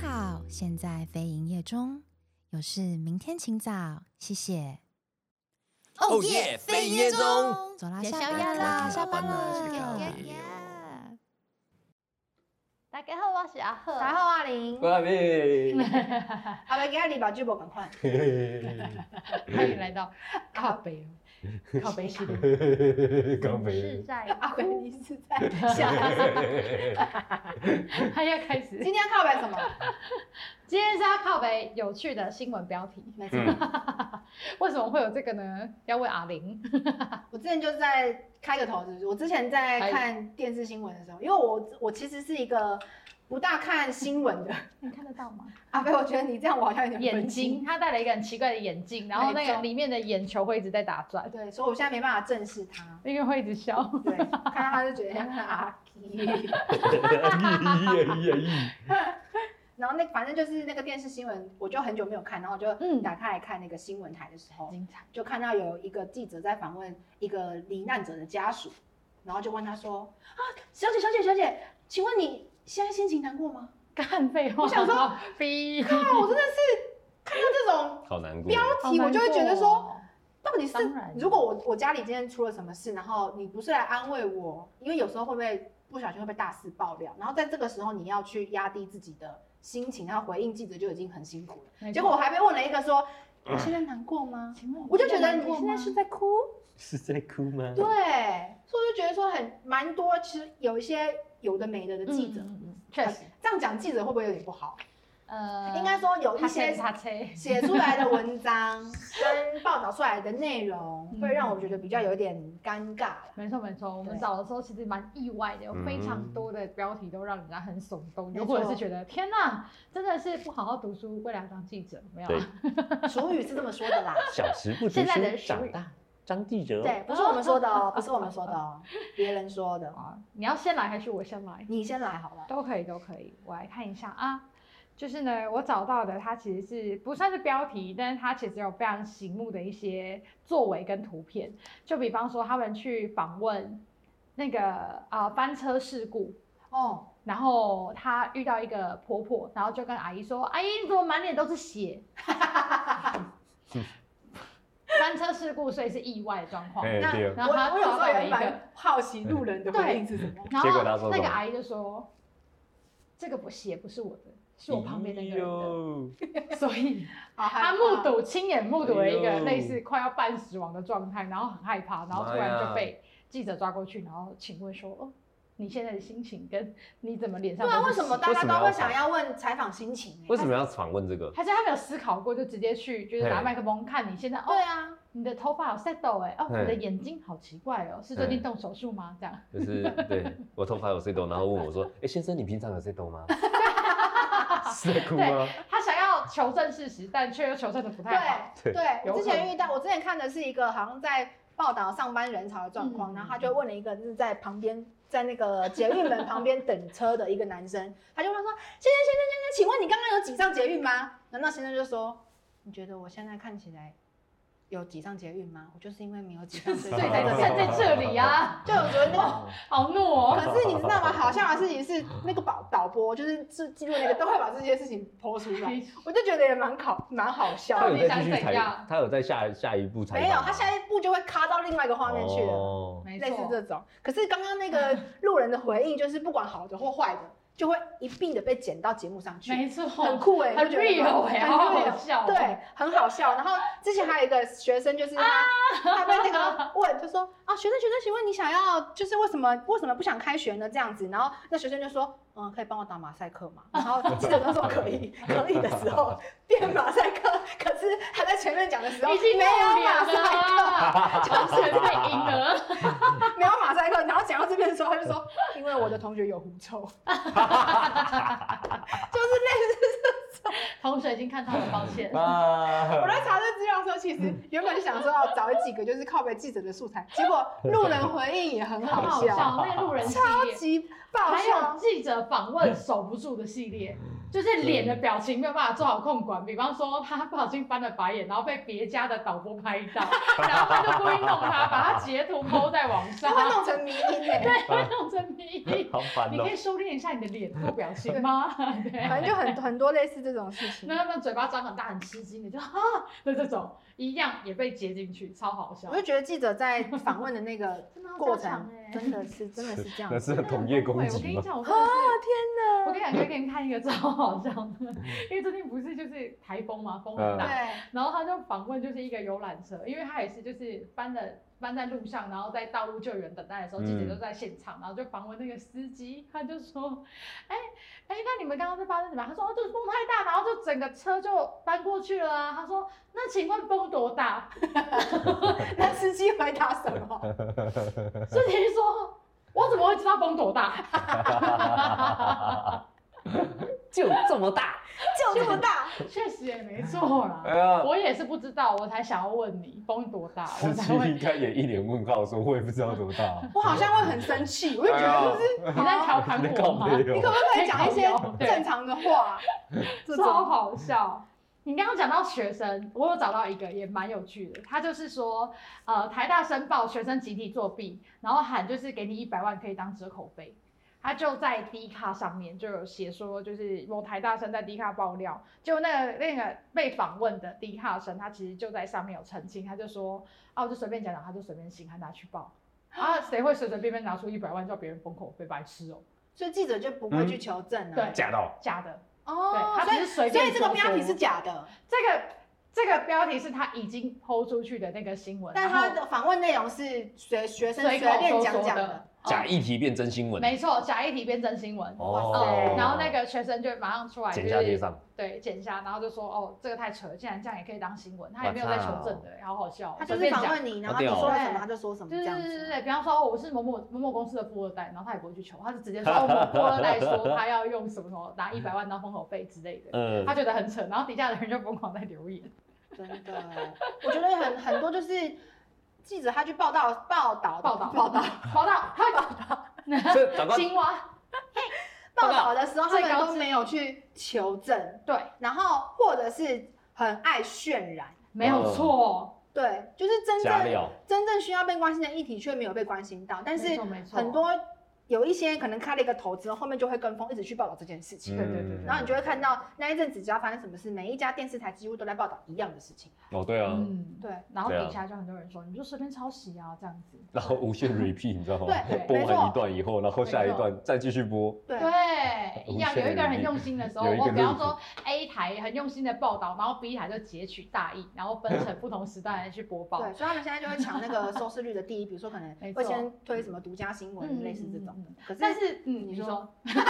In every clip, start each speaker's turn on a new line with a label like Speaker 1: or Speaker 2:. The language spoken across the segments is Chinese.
Speaker 1: 好，现在非营业中，有事明天请早，谢谢。Oh,
Speaker 2: 哦耶非营业中
Speaker 1: 走啦，
Speaker 3: 也
Speaker 1: 下
Speaker 3: 宵夜
Speaker 1: 班
Speaker 3: 啦
Speaker 1: 啦，下班
Speaker 2: 下班啦
Speaker 1: 了。
Speaker 2: 谢谢
Speaker 3: 大家好，我是阿赫，
Speaker 4: 然后阿玲，
Speaker 2: 外面，
Speaker 4: 阿伯今日把剧本赶快，
Speaker 3: 欢迎来到靠北 靠北系列，
Speaker 2: 高
Speaker 3: 我是
Speaker 2: 飞，
Speaker 3: 在
Speaker 4: 阿伯你是在想
Speaker 3: 他要开始，
Speaker 4: 今天靠北什么？
Speaker 3: 今天是要靠北有趣的新闻标题，
Speaker 4: 没错，
Speaker 2: 嗯，
Speaker 3: 为什么会有这个呢？要问阿 玲，
Speaker 4: 我之前就是在开个头，是不是？我之前在看电视新闻的时候，因为我我其实是一个不大看新闻的。
Speaker 3: 你看得到吗？
Speaker 4: 阿伯，我觉得你这样我好像有点
Speaker 3: 眼
Speaker 4: 分心
Speaker 3: 睛，。他戴了一个很奇怪的眼镜，然后那
Speaker 4: 哪一
Speaker 3: 个
Speaker 4: 种
Speaker 3: 里面的眼球会一直在打转，
Speaker 4: 对，所以我现在没办法正视他。
Speaker 3: 因为会一直笑。
Speaker 4: 对，看到他就觉得像是阿基。然后那反正就是那个电视新闻，我就很久没有看，然后我就
Speaker 3: 嗯
Speaker 4: 打开来看那个新闻台的时候，
Speaker 3: 精彩，
Speaker 4: 就看到有一个记者在访问一个罹难者的家属，然后就问他说：“啊，小姐，小姐，小姐，请问你现在心情难过吗
Speaker 3: 干废话。
Speaker 4: 我想说，
Speaker 3: 逼，？”
Speaker 4: 啊，我真的是看到这种
Speaker 2: 好难过
Speaker 4: 标，题，我就会觉得说，到底是
Speaker 3: 当然
Speaker 4: 如果我我家里今天出了什么事，然后你不是来安慰我，因为有时候会不会不小心会被大肆爆料，然后在这个时候你要去压低自己的心情，然后回应记者就已经很辛苦了。
Speaker 3: 没错
Speaker 4: 结果我还被问了一个说：“你现在难过吗？”
Speaker 3: 请问
Speaker 4: 我就觉得你现在是
Speaker 3: 是
Speaker 4: 在哭。
Speaker 2: 是在哭吗？
Speaker 4: 对，所以我就觉得说很蛮多，其实有一些有的没的的记者，呃
Speaker 3: 嗯嗯嗯确实，
Speaker 4: 这样讲记者会不会有点不好？
Speaker 3: 呃，
Speaker 4: 应该说有一些
Speaker 3: 擦车，
Speaker 4: 写出来的文章跟报道出来的内容，
Speaker 3: 嗯
Speaker 4: 会让我觉得比较有点尴尬了。
Speaker 3: 没错没错，我们
Speaker 4: 对
Speaker 3: 找的时候其实蛮意外的，有非常
Speaker 2: 嗯
Speaker 3: 多的标题都让人家很耸动，
Speaker 4: 没
Speaker 3: 有或者
Speaker 4: 错
Speaker 3: 是觉得天哪，真的是不好好读书，未来当记者没有啊？
Speaker 4: 俗语是这么说的 啦，
Speaker 2: 小时不读
Speaker 3: 现在的
Speaker 2: 书，
Speaker 3: 俗
Speaker 2: 长
Speaker 3: 语
Speaker 2: 大当记者。
Speaker 4: 对，不是我们说的哦，不是我们说的 哦，别人说的。哦
Speaker 3: 啊，你要先来还是我先来？
Speaker 4: 你先来好了，
Speaker 3: 都可以都可以，我来看一下啊。就是呢，我找到的它其实是不算是标题，但是它其实有非常醒目的一些作为跟图片。就比方说，他们去访问那个啊、呃翻车事故，
Speaker 4: 哦，
Speaker 3: 然后她遇到一个婆婆，然后就跟阿姨说：“阿姨，你怎么满脸都是血？” 翻车事故，所以是意外状况。
Speaker 2: 哎
Speaker 4: 那
Speaker 2: 对
Speaker 4: 我
Speaker 3: 然后他
Speaker 4: 我有时候
Speaker 3: 找到了
Speaker 4: 也
Speaker 3: 一个
Speaker 4: 蛮好奇路人的回应是什么。
Speaker 3: 然
Speaker 2: 结果她说
Speaker 3: 后
Speaker 2: 什
Speaker 3: 那
Speaker 2: 么
Speaker 3: 个阿姨就说：“这个不血不是我的，是我旁边那
Speaker 2: 哎
Speaker 3: 个人的。
Speaker 2: 哟
Speaker 3: 所以
Speaker 4: 好
Speaker 3: 他
Speaker 4: 害怕
Speaker 3: 目睹亲眼目睹了一
Speaker 2: 哎
Speaker 3: 个
Speaker 2: 呦
Speaker 3: 类似快要半死亡的状态，然后很害怕，然后突然就被记者抓过去，然后请问说：“哦，你现在的心情跟你怎么脸上
Speaker 4: 对
Speaker 3: 都
Speaker 4: 啊，
Speaker 3: 是
Speaker 4: 为什么
Speaker 3: 血
Speaker 4: 大家
Speaker 2: 为什么要
Speaker 4: 都会想要问采访心情欸？
Speaker 2: 为什么要访问这个？
Speaker 3: 还是他没有思考过，就直接去就是拿
Speaker 2: 嘿
Speaker 3: 麦克风看你现在哦
Speaker 4: 对，啊，
Speaker 3: 你的头发有 settle 哎、哦，
Speaker 2: 嘿
Speaker 3: 你的眼睛好奇怪哦，是最
Speaker 2: 嘿
Speaker 3: 近动手术吗？这样，
Speaker 2: 就是对我头发有碎头，然后问我说：“哎，先生，你平常有碎头吗？”是在哭吗？
Speaker 3: 他想要求证事实，但却又求证的不太好。
Speaker 4: 对，对
Speaker 3: 有
Speaker 4: 我之
Speaker 3: 可能
Speaker 4: 前遇到，我之前看的是一个好像在报道上班人潮的状况，
Speaker 3: 嗯
Speaker 4: 然后他就问了一个就是在旁边。在那个捷运门旁边等车的一个男生，他就问他说：“先生，先生，先生，请问你刚刚有挤上捷运吗？”然后那先生就说：“你觉得我现在看起来有挤上捷运吗？我就是因为没有挤 上，所以
Speaker 3: 所以才
Speaker 4: 才
Speaker 3: 站
Speaker 4: 这样。
Speaker 3: 在这 里啊，”
Speaker 4: 就我觉得那个，
Speaker 3: 好怒哦！
Speaker 4: 可是你知道吗？好笑的事情是，那个导导播就是记记录那个都会把这些事情剖出来， 我就觉得也蛮考蛮好笑
Speaker 2: 他
Speaker 4: 的。
Speaker 3: 到
Speaker 2: 有在
Speaker 3: 底
Speaker 2: 继
Speaker 3: 想
Speaker 2: 续
Speaker 3: 怎
Speaker 2: 采
Speaker 3: 样，
Speaker 2: 他有在下下一步采访
Speaker 4: 没
Speaker 2: 吗。
Speaker 4: 有，他下一步就会卡到另外一个画面去了，
Speaker 2: 哦
Speaker 3: 没
Speaker 4: 啊类似
Speaker 3: 错
Speaker 4: 这，种。可是刚刚那 个路人的回应，就是不管好的或坏的，就会一并的被剪到节目上去，
Speaker 3: 没错，
Speaker 4: 很酷哎、
Speaker 3: 很
Speaker 4: 就觉得
Speaker 3: real 哎、
Speaker 4: 很
Speaker 3: 好
Speaker 4: real
Speaker 3: 好笑、哦。
Speaker 4: 对，很好笑。然后之前还有一个学生，就是他，
Speaker 3: 啊
Speaker 4: 他被那 个问，就说啊，学生学生，请问你想要就是为什么为什么不想开学呢？这样子，然后那学生就说，嗯，可以帮我打马赛克嘛？然后记者就说可以，可以的时候变马赛克，可是他在前面讲的时候
Speaker 3: 已经
Speaker 4: 没有马赛克，
Speaker 3: 克， 就是太赢了。
Speaker 4: 没有马赛克。然后讲到这边的时候，他就 说，因为我的同学有狐臭，就是类似
Speaker 3: 同水已经看到了，抱 歉。
Speaker 4: 我
Speaker 2: 啊，
Speaker 4: 在查这资料的时候，其实原本就想说要找几个就是靠北记者的素材，结果路人回应也很
Speaker 3: 很
Speaker 4: 好
Speaker 3: 好
Speaker 4: 笑，
Speaker 3: 笑，那路人系
Speaker 4: 超
Speaker 3: 列，
Speaker 4: 级爆
Speaker 3: 还有
Speaker 4: 笑。嗯
Speaker 3: 记者访问守不住的系列，就是脸的表情没有办法做好控管。比方说，他不小心翻了白眼，然后被别家的导播拍 到，然后他就故意弄他，把他截图抛在网
Speaker 4: 他
Speaker 3: 上，
Speaker 4: 会弄成迷因诶、
Speaker 3: 对，会弄成迷 因。
Speaker 2: 好烦
Speaker 3: 你
Speaker 2: 哦
Speaker 3: 可以。收敛一下你的脸部表情吗？ 对。
Speaker 4: 反正就很很多类似这种事情
Speaker 3: 那。他们嘴巴张很大，很吃惊的，就啊的这种，一样也被截进去，超好笑
Speaker 4: 我。就觉得记者在访问的那个
Speaker 3: 真的要
Speaker 4: 过
Speaker 3: 这样
Speaker 4: 程真
Speaker 3: 讲，欸
Speaker 4: 的是真的是这样
Speaker 2: 那
Speaker 4: 子。
Speaker 2: 是同业攻
Speaker 3: 我跟
Speaker 2: 击
Speaker 3: 你
Speaker 2: 吗？
Speaker 3: 讲，我 真
Speaker 4: 啊
Speaker 3: 的是，
Speaker 4: 天哪！嗯
Speaker 3: 我跟你讲，可以给你们看一个超好笑的，因为最近不是就是台风嘛，风很大，
Speaker 4: 对，
Speaker 3: 然后他就访问就是一个游览车，因为他也是就是搬了。搬在路上，然后在道路救援等待的时候，记者
Speaker 2: 嗯
Speaker 3: 就在现场，然后就访问那个司机，他就说：“哎、哎、那你们刚刚是发生什么？”他说：“哦，就是风太大，然后就整个车就翻过去了啊。”他说：“那请问风 多大？”
Speaker 4: 那司机回答什么？
Speaker 3: 所以等于说，我怎么会知道风多大？
Speaker 2: 就这么大。
Speaker 4: 就这么大，
Speaker 3: 确实也没错啦，
Speaker 2: 哎呀，
Speaker 3: 我也是不知道，我才想要问你风多大，我
Speaker 2: 司机
Speaker 3: 才会。
Speaker 2: 应该也一脸问号，说我也不知道多大。
Speaker 4: 我好像会很生气，我就觉得就是
Speaker 3: 你在调 侃
Speaker 2: 你在
Speaker 3: 我
Speaker 2: 告
Speaker 3: 吗？
Speaker 2: 别
Speaker 4: 你可不
Speaker 2: 哦。
Speaker 4: 可以讲一些
Speaker 3: 对
Speaker 4: 正常的话？这
Speaker 3: 超
Speaker 4: 种
Speaker 3: 好笑。你刚刚讲到学生，我有找到一个也蛮有趣的，他就是说，呃，台大申报学生集体作弊，然后喊就是给你一百万可以当折口费。他就在 D 卡上面就有写说，就是某台大生在 D 卡爆料，就那个那个被访问的 D 卡生，他其实就在上面有澄清，他就说，啊，我就随便讲讲，他就随便信，他拿去报，啊，谁会随随便便拿出一百万叫别人封口费，白痴哦、
Speaker 4: 所以记者就不会去求证啊。
Speaker 3: 对
Speaker 2: 假的哦，
Speaker 3: 假的，
Speaker 4: 哦，
Speaker 3: 对他
Speaker 4: 所
Speaker 3: 只
Speaker 4: 以
Speaker 3: 是随
Speaker 4: 所
Speaker 3: 便
Speaker 4: 以这个
Speaker 3: 说
Speaker 4: 标题
Speaker 3: 说
Speaker 4: 是假的，
Speaker 3: 这个这个标题是他已经抛出去的那个新闻，
Speaker 4: 但他
Speaker 3: 然后
Speaker 4: 的访问内容是随学生随
Speaker 3: 随口
Speaker 4: 便
Speaker 3: 说
Speaker 4: 讲
Speaker 3: 说
Speaker 4: 讲
Speaker 3: 的
Speaker 4: 的。
Speaker 2: 假议题变真新闻。
Speaker 3: 没错，假议题变真新闻。
Speaker 4: 哇塞
Speaker 2: 哦，
Speaker 3: 然后那个学生就马上出来，
Speaker 2: 剪下贴上，
Speaker 3: 对，剪下，然后就说哦，这个太扯了，竟然这样也可以当新闻，他也没有在求证的，好好笑哦。
Speaker 4: 他就
Speaker 3: 随
Speaker 4: 是
Speaker 3: 便
Speaker 4: 访
Speaker 3: 讲，
Speaker 4: 问你，然后
Speaker 2: 好
Speaker 4: 你
Speaker 2: 屌哦
Speaker 4: 说了什么他就说什么
Speaker 3: 对
Speaker 4: 这
Speaker 3: 对
Speaker 4: 样
Speaker 3: 对对
Speaker 4: 子。
Speaker 3: 对，比方说哦我是某某某某公司的富二代，然后他也不会去求，他是直接说哦，某富二代说他要用什么什么拿一百万当封口费之类的，
Speaker 2: 嗯
Speaker 3: 他，觉得很扯，然后底下的人就疯狂在留言。
Speaker 4: 真的，我觉得很很多就是记者他去报道报道
Speaker 3: 报道
Speaker 4: 报道
Speaker 3: 报道，快报道，
Speaker 2: 所以长官
Speaker 3: 青蛙，
Speaker 4: 报道的时候，他
Speaker 3: 最
Speaker 4: 们
Speaker 3: 高
Speaker 4: 都
Speaker 3: 知
Speaker 4: 没有去求证，
Speaker 3: 对，
Speaker 4: 然后或者是很爱渲染，
Speaker 3: 没有
Speaker 2: 哦
Speaker 3: 错。
Speaker 4: 对，就是真
Speaker 2: 假
Speaker 4: 正
Speaker 2: 料，
Speaker 4: 真正需要被关心的议题却没有被关心到，但
Speaker 3: 没
Speaker 4: 是
Speaker 3: 错没错
Speaker 4: 很多有一些可能开了一个头之后，后面就会跟风一直去报道这件事情。
Speaker 3: 对对对对
Speaker 2: 嗯
Speaker 4: 然后你就会看到那一阵子，只要发生什么事，每一家电视台几乎都在报道一样的事情。
Speaker 2: 哦，对啊，
Speaker 3: 嗯，
Speaker 4: 对
Speaker 3: 然后
Speaker 2: 对啊
Speaker 3: 底下就很多人说，你就随便抄袭啊，这样子。
Speaker 2: 然后无限 repeat，你知道吗
Speaker 4: 对
Speaker 3: 对？
Speaker 2: 播
Speaker 4: 没错
Speaker 2: 完一段以后，然后下一段再继续播。
Speaker 4: 对
Speaker 3: 对，一
Speaker 2: 无
Speaker 3: 样有
Speaker 2: 限
Speaker 3: 一个人很
Speaker 2: 履历
Speaker 3: 用心的时候，
Speaker 2: 有一个
Speaker 3: 我比方
Speaker 2: 路
Speaker 3: 说 A 台很用心的报道，然后 B 台就截取大意，然后分成不同时段来去播报。
Speaker 4: 对，所以他们现在就会抢那 个收视率的第一，比如说可能
Speaker 3: 没
Speaker 4: 会
Speaker 3: 错
Speaker 4: 先推什么独家新闻，类似这种。
Speaker 3: 嗯。嗯嗯嗯
Speaker 4: 可是
Speaker 3: 但是，嗯，
Speaker 4: 你
Speaker 3: 你
Speaker 4: 说
Speaker 3: 说
Speaker 4: 打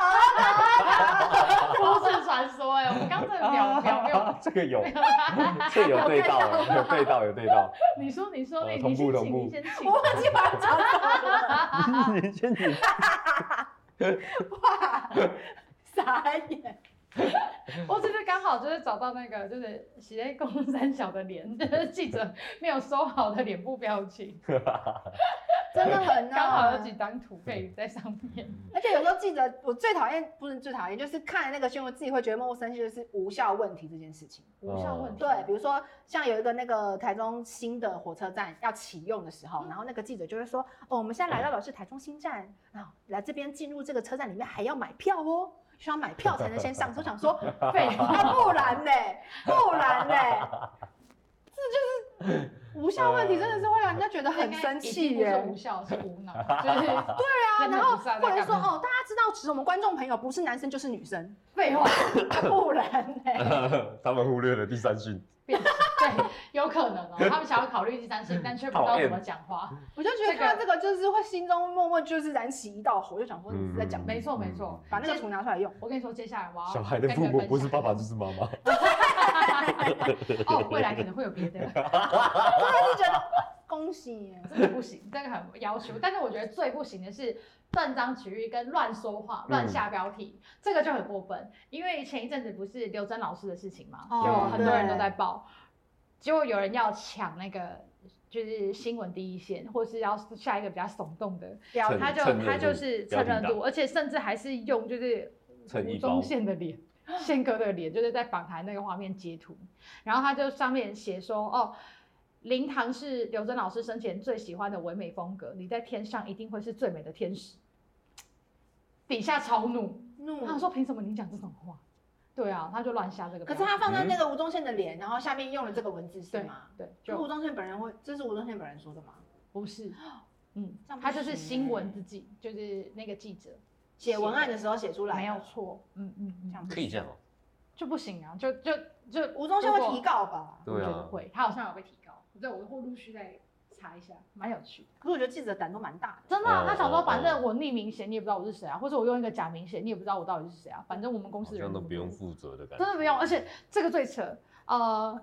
Speaker 4: 哦
Speaker 3: 都市传说，哎，我们刚刚这秒秒没有。
Speaker 2: 这 个有，这有对到，啊有对到，有对到。
Speaker 3: 你说，你说，
Speaker 2: 呃
Speaker 3: 你你
Speaker 2: 同步
Speaker 3: 先
Speaker 2: 同步
Speaker 3: 请，你 先请
Speaker 4: 我。忘记把它讲
Speaker 2: 你先你
Speaker 4: 傻眼。
Speaker 3: 我只是刚好就是找到那个就是喜内公三小的脸，就是记者没有收好的脸部表情，
Speaker 4: 真的 很
Speaker 3: 刚好
Speaker 4: 啊
Speaker 3: 有几张图可以在上面。
Speaker 4: 而且有时候记者，我最讨厌不是最讨厌，就是看那个新闻自己会觉得默默生气，就是无效问题这件事情。
Speaker 3: 无效问题。
Speaker 4: 对，比如说像有一个那个台中新的火车站要启用的时候，然后那个记者就会说，哦，我们现在来到的是台中新站，啊，来这边进入这个车站里面还要买票哦，需要买票才能先上车。想说，
Speaker 2: 嗯
Speaker 3: 废
Speaker 4: 啊，
Speaker 3: 话，
Speaker 4: 不然呢？不然呢？ 这就是无效问题，真的是会让人家觉得很生气
Speaker 3: 应该一定
Speaker 4: 耶
Speaker 3: 不是无。效，是无脑， 就是对啊
Speaker 4: 啊然后或者说哦，大家知道，其实我们观众朋友不是男生就是女生，
Speaker 3: 废话，
Speaker 4: 啊不然呢？
Speaker 2: 他们忽略了第三性，
Speaker 3: 变对，有可能哦，他们想要考虑第三性，但却不知道
Speaker 2: 讨厌
Speaker 3: 怎么讲话。
Speaker 4: 我就觉得
Speaker 3: 这个
Speaker 4: 看到这个就是会心中默默就是燃起一道火，就想说你是在讲
Speaker 2: 嗯
Speaker 3: 没错没错，
Speaker 4: 把那个图拿出来 用。
Speaker 3: 我跟你说，接下来我要
Speaker 2: 小孩的父母不是爸 爸就是妈妈。
Speaker 3: 哦，未来可能会有别的，
Speaker 4: 我还是觉得恭行耶。
Speaker 3: 这个不行，这个很要求。但是我觉得最不行的是断章取义跟乱说话、乱下标题，这个就很过分。因为前一阵子不是刘真老师的事情嘛，
Speaker 4: 哦
Speaker 3: 就很多人都
Speaker 4: 对
Speaker 3: 在报，结果有人要抢那个。就是新闻第一线，或是要下一个比较耸动的，
Speaker 4: 聊
Speaker 2: 趁
Speaker 3: 他就
Speaker 2: 趁热度
Speaker 3: 他就是趁热
Speaker 2: 标题
Speaker 3: 度，而且甚至还是用就是
Speaker 2: 趁
Speaker 3: 吴
Speaker 2: 一
Speaker 3: 宗
Speaker 2: 包
Speaker 3: 宪的 脸，宪哥的脸，就是在访谈那个画面截图，然后他就上面写说，哦，灵堂是刘真老师生前最喜欢的唯美风格，你在天上一定会是最美的天使。底下超怒，
Speaker 4: 怒
Speaker 3: 他想说凭什么你讲这种话？对啊，他就乱下这个
Speaker 4: 可
Speaker 3: 标
Speaker 4: 是
Speaker 3: 题。
Speaker 4: 他放
Speaker 2: 嗯
Speaker 4: 在那个吴宗宪的脸，然后下面用了这个文字是
Speaker 3: 对
Speaker 4: 吗？
Speaker 3: 对，
Speaker 4: 就吴
Speaker 3: 就
Speaker 4: 宗宪本人会，这是吴宗宪本人说的吗？
Speaker 3: 不是，嗯
Speaker 4: 这样，不
Speaker 3: 他就
Speaker 4: 行欸
Speaker 3: 是新闻自己，就是那个记者
Speaker 4: 写文案的时候写出来的
Speaker 3: 没有，错，嗯嗯
Speaker 4: 这样
Speaker 3: 嗯，
Speaker 4: 不
Speaker 2: 可以这样哦。
Speaker 3: 就不行啊，就就就
Speaker 4: 吴宗宪
Speaker 3: 如
Speaker 4: 会
Speaker 3: 果
Speaker 4: 提告吧？
Speaker 3: 我
Speaker 2: 对
Speaker 3: 觉得
Speaker 2: 啊，
Speaker 3: 会，他好像有被提高，对，我会陆续再查一下，蛮有趣的。
Speaker 4: 可是我觉得记者胆都蛮大的。
Speaker 3: 真的啊、
Speaker 2: 哦
Speaker 3: 他想
Speaker 2: 哦
Speaker 3: 说
Speaker 2: 哦
Speaker 3: 反正我匿名写，你也不知道我是谁啊，或者我用一个假名写，你也不知道我到底是谁啊，反正我们公司
Speaker 2: 好
Speaker 3: 的人
Speaker 2: 像都
Speaker 3: 那么
Speaker 2: 不用
Speaker 3: 多
Speaker 2: 负责的感觉。啊
Speaker 3: 真的不用，而且这个最扯，呃，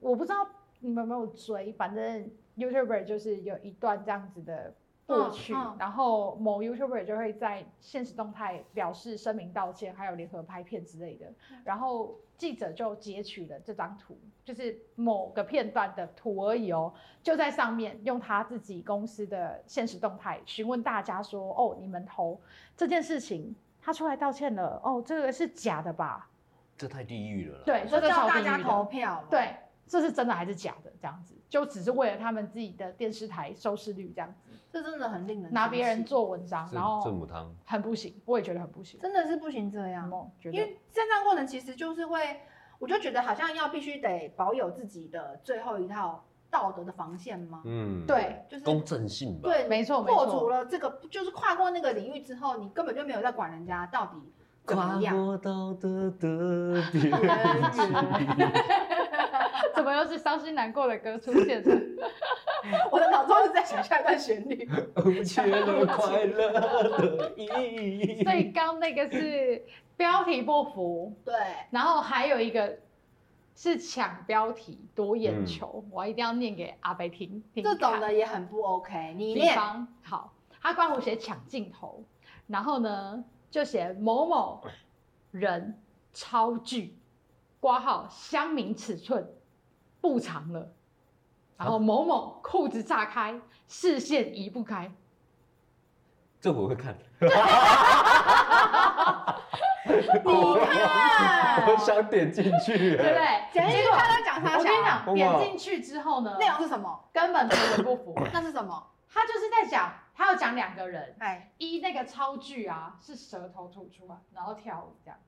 Speaker 3: 我不知道你们有没有追，反正 YouTuber 就是有一段这样子的过去，
Speaker 4: 嗯嗯
Speaker 3: 然后某 YouTuber 就会在现实动态表示声明道歉，还有联合拍片之类的，然后记者就截取了这张图，就是某个片段的图而已哦，就在上面用他自己公司的现实动态询问大家说，哦，你们投这件事情。他出来道歉了，哦，这个是假的吧？
Speaker 2: 这太地狱了啦。
Speaker 3: 对
Speaker 4: 就
Speaker 3: 这
Speaker 4: 叫
Speaker 3: 超
Speaker 4: 大
Speaker 3: 地
Speaker 4: 家
Speaker 3: 狱的
Speaker 4: 投票，，
Speaker 3: 对，这是真的还是假的？这样子，就只是为了他们自己的电视台收视率这样子，
Speaker 4: 这真的很令人
Speaker 3: 拿
Speaker 4: 生气
Speaker 3: 别人，做文章，
Speaker 2: 这
Speaker 3: 然
Speaker 2: 这
Speaker 3: 后
Speaker 2: 母汤
Speaker 3: 很不行，我也觉得很不行。
Speaker 4: 真的是不行这样。
Speaker 3: 梦觉
Speaker 4: 因
Speaker 3: 得
Speaker 4: 为在这样过程其实就是会，我就觉得好像要必须得保有自己的最后一套道德的防线吗？
Speaker 2: 嗯，
Speaker 3: 对，
Speaker 4: 就是
Speaker 2: 公正性吧。
Speaker 4: 对，
Speaker 3: 没错没
Speaker 4: 破除
Speaker 3: 错，
Speaker 4: 了这个，就是跨过那个领域之后，你根本就没有在管人家到底怎
Speaker 2: 跨
Speaker 4: 么样。
Speaker 2: 过道德的边
Speaker 4: 嗯
Speaker 2: 界。
Speaker 3: 怎么又是伤心难过的歌出现了？
Speaker 4: 我的脑中一直在想下一段旋律，
Speaker 2: 不缺了快乐的意义。
Speaker 3: 所以刚那个是标题不符，
Speaker 4: 对，
Speaker 3: 然后还有一个。是抢标题夺眼球，我一定要念给阿北听。听
Speaker 4: 嗯这种
Speaker 3: 看
Speaker 4: 的也很不 OK。你
Speaker 3: 比
Speaker 4: 念
Speaker 3: 方好，他官我写抢镜头，然后呢就写某某人超巨，挂号乡民尺寸不长了，然后某某裤子炸开，视线移不开，
Speaker 2: 这我会看，
Speaker 4: 你
Speaker 2: 我
Speaker 4: 看，
Speaker 2: 想点进去。
Speaker 3: 对不对？
Speaker 4: 简直
Speaker 3: 结
Speaker 4: 就
Speaker 3: 果
Speaker 4: 他在讲他
Speaker 3: 我跟你
Speaker 4: 想
Speaker 3: 讲，
Speaker 2: 哇
Speaker 3: 点进去之后呢，
Speaker 4: 内容是什么？
Speaker 3: 根本图文不符，
Speaker 4: 那是什么？
Speaker 3: 他就是在讲，他要讲两个人，
Speaker 4: 哎
Speaker 3: 一那个超巨啊是舌头吐出来，然后跳舞这样。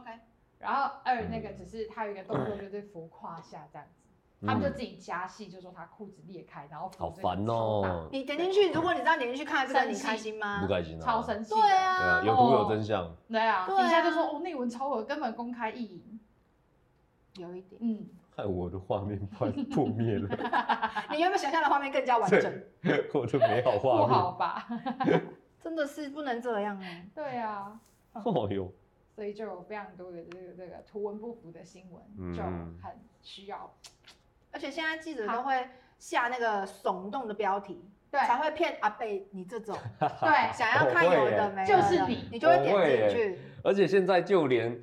Speaker 4: ，OK，
Speaker 3: 然后
Speaker 2: 嗯
Speaker 3: 二那个只是他有一个动作就是扶胯下这样子，他们就自己加戏，就说他裤子裂开，然后扶
Speaker 2: 嗯好
Speaker 3: 这个
Speaker 2: 烦
Speaker 3: 超大
Speaker 2: 哦，
Speaker 4: 你点进去，如果你知道点进去看这个，
Speaker 3: 生
Speaker 4: 你
Speaker 3: 气
Speaker 4: 开心吗
Speaker 2: 不？开心啊。
Speaker 3: 超生气，
Speaker 4: 对，
Speaker 2: 对
Speaker 4: 啊
Speaker 2: 啊，，有图有真相。
Speaker 3: 对啊，
Speaker 4: 对啊
Speaker 3: 底下就说哦内文超恶，根本公开意淫，
Speaker 4: 有一点。
Speaker 3: 嗯，
Speaker 2: 害我的画面快破灭 了，
Speaker 4: 啊你原本想象的画面更加完整，
Speaker 2: 我的美好
Speaker 3: 不
Speaker 2: 画
Speaker 3: 好
Speaker 2: 面。
Speaker 3: 吧？
Speaker 4: 真的是不能这样哎。
Speaker 3: 对啊，
Speaker 2: 哦哟，
Speaker 3: 所以就有非常多的这个这个图文不符的新闻，
Speaker 2: 嗯
Speaker 3: 就很需要
Speaker 4: 而且现在记者都会下那个耸动的标题，
Speaker 3: 对
Speaker 4: 才 会骗阿贝你这种
Speaker 3: 对，
Speaker 4: 想要看有的没有
Speaker 3: 就
Speaker 4: 的，
Speaker 3: 是你
Speaker 4: 你就会
Speaker 2: 我会
Speaker 4: 点
Speaker 2: 耶
Speaker 4: 进去。
Speaker 2: 而且现在就连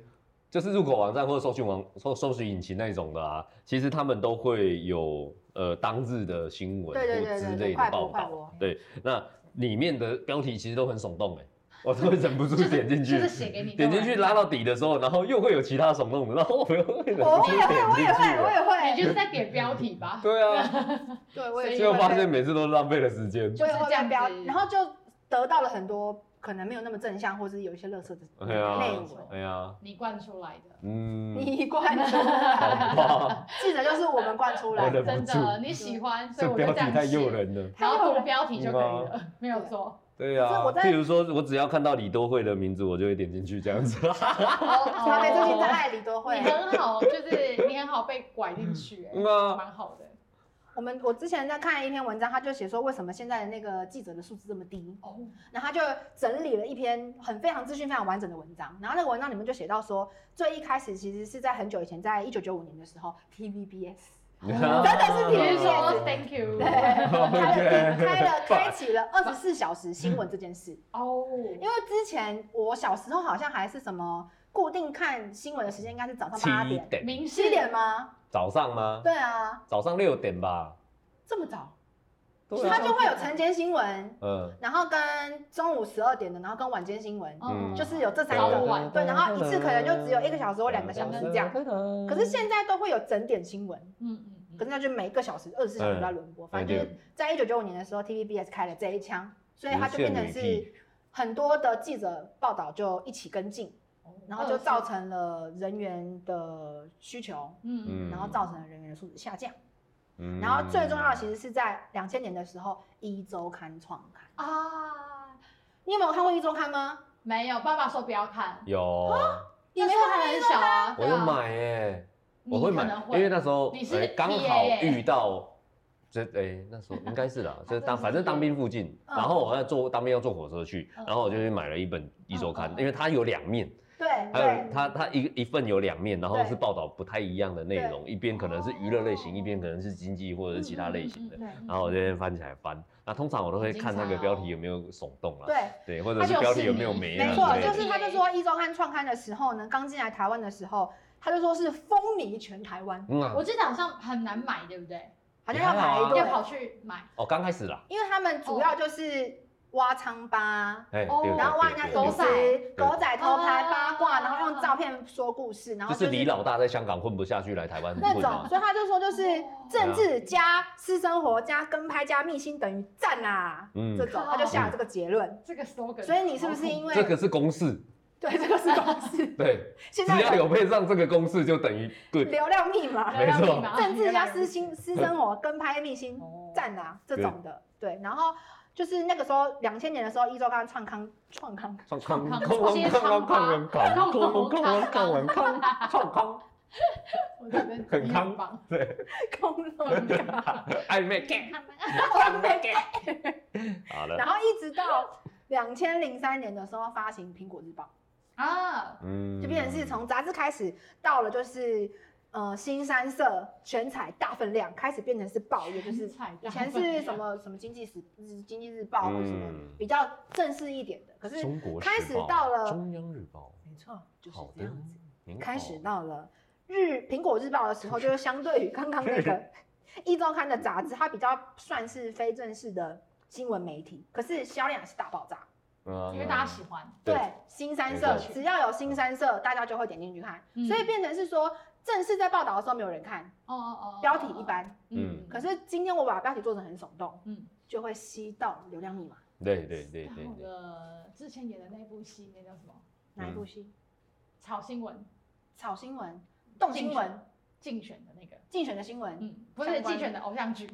Speaker 2: 就是入口网站或者搜寻网搜搜寻引擎那种的啊，其实他们都会有呃当日的新闻
Speaker 4: 对对
Speaker 2: 或
Speaker 4: 对
Speaker 2: 之
Speaker 4: 对
Speaker 2: 类
Speaker 4: 对，
Speaker 2: 的
Speaker 4: 快
Speaker 2: 报
Speaker 4: 播快
Speaker 2: 道。
Speaker 4: 播。
Speaker 2: 对，那里面的标题其实都很耸动哎、我都会忍不住
Speaker 3: 就是
Speaker 2: 点进去。
Speaker 3: 就是写给你
Speaker 2: 点进去拉到底的时候，然后又会有其他耸动的，然后我又会忍不住
Speaker 4: 我也
Speaker 2: 点进
Speaker 4: 会，我也
Speaker 2: 去
Speaker 4: 会，我
Speaker 2: 了。
Speaker 4: 也
Speaker 3: 你就
Speaker 4: 会。
Speaker 3: 是在点标题 吧，
Speaker 2: 对啊，
Speaker 4: 对，我也
Speaker 2: 结果
Speaker 4: 会
Speaker 2: 发
Speaker 4: 被
Speaker 2: 现每次都是浪费了时间。
Speaker 4: 就是
Speaker 3: 这
Speaker 4: 会
Speaker 3: 样
Speaker 4: 被标
Speaker 3: 子，
Speaker 4: 然后就得到了很多可能没有那么正向，或是有一些垃圾的
Speaker 2: 哎呀
Speaker 4: 内容。
Speaker 2: 哎呀，
Speaker 3: 你灌出来的。
Speaker 2: 嗯，
Speaker 4: 你灌出
Speaker 2: 好
Speaker 4: 来，
Speaker 2: 吧，
Speaker 4: 记者就是我们灌出来
Speaker 2: 我忍
Speaker 4: 的。
Speaker 2: 不
Speaker 3: 真
Speaker 2: 住
Speaker 3: 的，你喜欢，所以
Speaker 2: 这
Speaker 3: 我就
Speaker 2: 标
Speaker 3: 这
Speaker 2: 题
Speaker 3: 样
Speaker 2: 太
Speaker 3: 写
Speaker 2: 诱人了。
Speaker 3: 然后读标题就可以
Speaker 2: 嗯
Speaker 3: 了，没有
Speaker 4: 哦
Speaker 3: 错。
Speaker 2: 对
Speaker 4: 可
Speaker 2: 啊
Speaker 4: 是我，在
Speaker 2: 譬如说我只要看到李多惠的名字，我就会点进去这样子。
Speaker 4: 他
Speaker 3: 他
Speaker 4: 们最近在爱李多嗯惠
Speaker 3: 哦你。很好，就是你很好被拐进去、欸，
Speaker 2: 嗯啊
Speaker 3: 蛮好的。
Speaker 4: 我们我之前在看一篇文章，他就写说为什么现在的那个记者的素质这么低，
Speaker 3: 哦，
Speaker 4: 然后他就整理了一篇很非常资讯非常完整的文章，然后那个文章里面就写到说，最一开始其实是在很久以前，在一九九五年的时候，TVBS 真的是体
Speaker 3: 比
Speaker 4: 育
Speaker 3: 如说
Speaker 2: 啊
Speaker 4: 说，
Speaker 3: Thank you，
Speaker 4: 对，开了
Speaker 2: OK
Speaker 4: 开了开启了二十四小时新闻这件事，
Speaker 3: 哦，
Speaker 4: 因为之前我小时候好像还是什么固定看新闻的时间，应该是早上八
Speaker 2: 七
Speaker 4: 点，
Speaker 2: 点
Speaker 3: 明
Speaker 4: 七
Speaker 3: 示
Speaker 4: 点吗？
Speaker 2: 早上吗？
Speaker 4: 对啊，
Speaker 2: 早上六点吧。
Speaker 4: 这么早，
Speaker 2: 对啊
Speaker 4: 它就会有晨间新闻，
Speaker 2: 嗯，
Speaker 4: 然后跟中午十二点的，然后跟晚间新闻，
Speaker 2: 嗯
Speaker 4: 就是有这三
Speaker 3: 早
Speaker 4: 个
Speaker 3: 午晚
Speaker 4: 哦对，然后一次可能就只有一个小时或两个小时这样。可
Speaker 2: 可
Speaker 4: 是现在都会有整点新闻，
Speaker 3: 嗯嗯嗯，
Speaker 4: 可是那就每一个小时二十四小时都在轮播。反正就是在一九九五年的时候，TVBS 开了这一枪，所以它就变成
Speaker 2: 无限累
Speaker 4: 是很多的记者报道就一起跟进，
Speaker 3: 嗯
Speaker 4: 然后就造成了人员的需求，
Speaker 3: 嗯嗯
Speaker 2: 嗯
Speaker 4: 然后造成了人员的素质下降。
Speaker 2: 嗯
Speaker 4: 然后最重要的其实是在两千年的时候，《一周刊》创刊。
Speaker 3: 啊，
Speaker 4: 你有没有看过《一周刊》吗？
Speaker 3: 没有，爸爸说不要看，
Speaker 2: 有，
Speaker 4: 你没有看过
Speaker 3: 那时候还很小啊，
Speaker 2: 我
Speaker 3: 对
Speaker 2: 有
Speaker 3: 啊，
Speaker 2: 买耶，
Speaker 3: 你
Speaker 4: 啊
Speaker 2: 我会
Speaker 3: 可
Speaker 2: 买
Speaker 3: 能，
Speaker 2: 因为那时候
Speaker 3: 你是
Speaker 2: 哎刚
Speaker 3: PA
Speaker 2: 好
Speaker 3: 耶
Speaker 2: 遇到。这哎，那时候应该是 啦，
Speaker 4: 哦
Speaker 2: 就是当反正当兵附近，
Speaker 4: 嗯
Speaker 2: 然后我要坐当兵要坐火车去，
Speaker 3: 嗯
Speaker 2: 然后我就去买了一本《一周刊
Speaker 3: 嗯》，嗯
Speaker 2: 因为它有两面，
Speaker 4: 对
Speaker 2: 还
Speaker 4: 对
Speaker 2: 有它它一一份有两面，然后
Speaker 4: 对
Speaker 2: 是报道不太一样的内容，一边可能是娱乐类型，一边可能是经济或者是其他类型的
Speaker 3: 嗯。嗯嗯嗯嗯
Speaker 2: 然后我这边翻起来翻，那通常我都会看那个标题有没有耸动啦，
Speaker 4: 对，
Speaker 2: 对，或者
Speaker 3: 它
Speaker 2: 是
Speaker 3: 就有
Speaker 2: 标
Speaker 3: 吸
Speaker 2: 题有没有
Speaker 3: 引力
Speaker 2: 没
Speaker 4: 没
Speaker 2: 啊
Speaker 4: 错，
Speaker 2: 之类
Speaker 4: 就
Speaker 2: 的
Speaker 4: 是他就说《一周刊》创刊的时候呢，刚进来台湾的时候，他就说是风靡全台湾，
Speaker 2: 嗯啊
Speaker 3: 我，记得好像很难买，对不对？
Speaker 4: 好像要
Speaker 2: 还好
Speaker 4: 排
Speaker 2: 啊对
Speaker 3: 要
Speaker 4: 队，
Speaker 3: 跑去买，
Speaker 2: 哦，刚开始啦，
Speaker 4: 因为他们主要就是挖疮疤。
Speaker 2: 哎，
Speaker 3: 哦
Speaker 2: 对对
Speaker 4: 然后挖人
Speaker 2: 对
Speaker 4: 家
Speaker 2: 对
Speaker 4: 隐
Speaker 2: 对
Speaker 3: 狗
Speaker 4: 私
Speaker 3: 仔，
Speaker 4: 狗仔偷拍
Speaker 3: 啊
Speaker 4: 八卦，然后用照片说故事，然后
Speaker 2: 就是李老大在香港混不下去，来台湾
Speaker 4: 那
Speaker 2: 混
Speaker 4: 种，
Speaker 2: 啊。
Speaker 4: 所以他就说就是
Speaker 3: 哦
Speaker 4: 政治加私生活加跟拍加密信等于赞啦，
Speaker 2: 嗯
Speaker 4: 这种他就下了这个结论。
Speaker 3: 这个 slogan，
Speaker 4: 所以你是不是因为
Speaker 2: 这个是公式，
Speaker 4: 对这个是公 式？
Speaker 2: 对，
Speaker 4: 现
Speaker 2: 只要
Speaker 4: 在
Speaker 2: 有配上这个公式就等于 good。
Speaker 4: 流量密码，
Speaker 2: 没错
Speaker 3: 啊
Speaker 4: 政治加私心私生活跟拍密心
Speaker 3: 哦
Speaker 4: 赞啊这种的，对，然后就是那个时候两千年的时候，一周刊创刊创 刊
Speaker 2: 创康康
Speaker 3: 创康
Speaker 2: 康康
Speaker 3: 接
Speaker 2: 康
Speaker 3: 创
Speaker 2: 康康
Speaker 3: 康
Speaker 2: 康
Speaker 3: 康
Speaker 2: 康康康康创康，
Speaker 3: 我这边
Speaker 2: 很康
Speaker 3: 棒，
Speaker 4: 公论刊，
Speaker 2: 暧昧 gay。好 了
Speaker 4: 然，后一直到两千零三年的时候发行《苹果日报
Speaker 3: 啊，
Speaker 2: 嗯》，
Speaker 4: 就变成是从杂志开始，到了就是呃新三色全彩大分量，开始变成是报业，就是以前是什么什么经济时经济日报或者什么
Speaker 2: 嗯
Speaker 4: 比较正式一点的，可是
Speaker 2: 中国时
Speaker 4: 开始
Speaker 2: 报
Speaker 4: 到了
Speaker 2: 中央日报，
Speaker 4: 没错，就是
Speaker 2: 好
Speaker 4: 这
Speaker 2: 的
Speaker 4: 样子。，
Speaker 2: 您
Speaker 4: 开始
Speaker 2: 好
Speaker 4: 到了日《苹果日报》的时候，就是相对于刚刚 那个《一周刊》的杂志，它比较算是非正式的新闻媒体，可是销量也是大爆炸。
Speaker 2: 嗯
Speaker 3: 因为大家喜欢，
Speaker 2: 对
Speaker 4: 对，新三
Speaker 2: 没
Speaker 4: 社
Speaker 2: 错
Speaker 4: 只要有新三社，大家就会点进去看，
Speaker 3: 嗯
Speaker 4: 所以变成是说正式在报道的时候没有人看，
Speaker 3: 哦哦哦，
Speaker 4: 标题一，般，
Speaker 2: 嗯
Speaker 4: 可是今天我把标题做成很耸动，
Speaker 3: 嗯，
Speaker 4: 就会吸到流量密码。
Speaker 2: 对对对对
Speaker 3: 那
Speaker 2: 对，
Speaker 3: 个之前演的那部戏，那叫什么？
Speaker 4: 哪一部戏？
Speaker 3: 炒新闻
Speaker 4: 炒新闻、动新闻、
Speaker 3: 竞选的那个，
Speaker 4: 竞选的新闻。
Speaker 3: 嗯，不是竞选的偶像剧，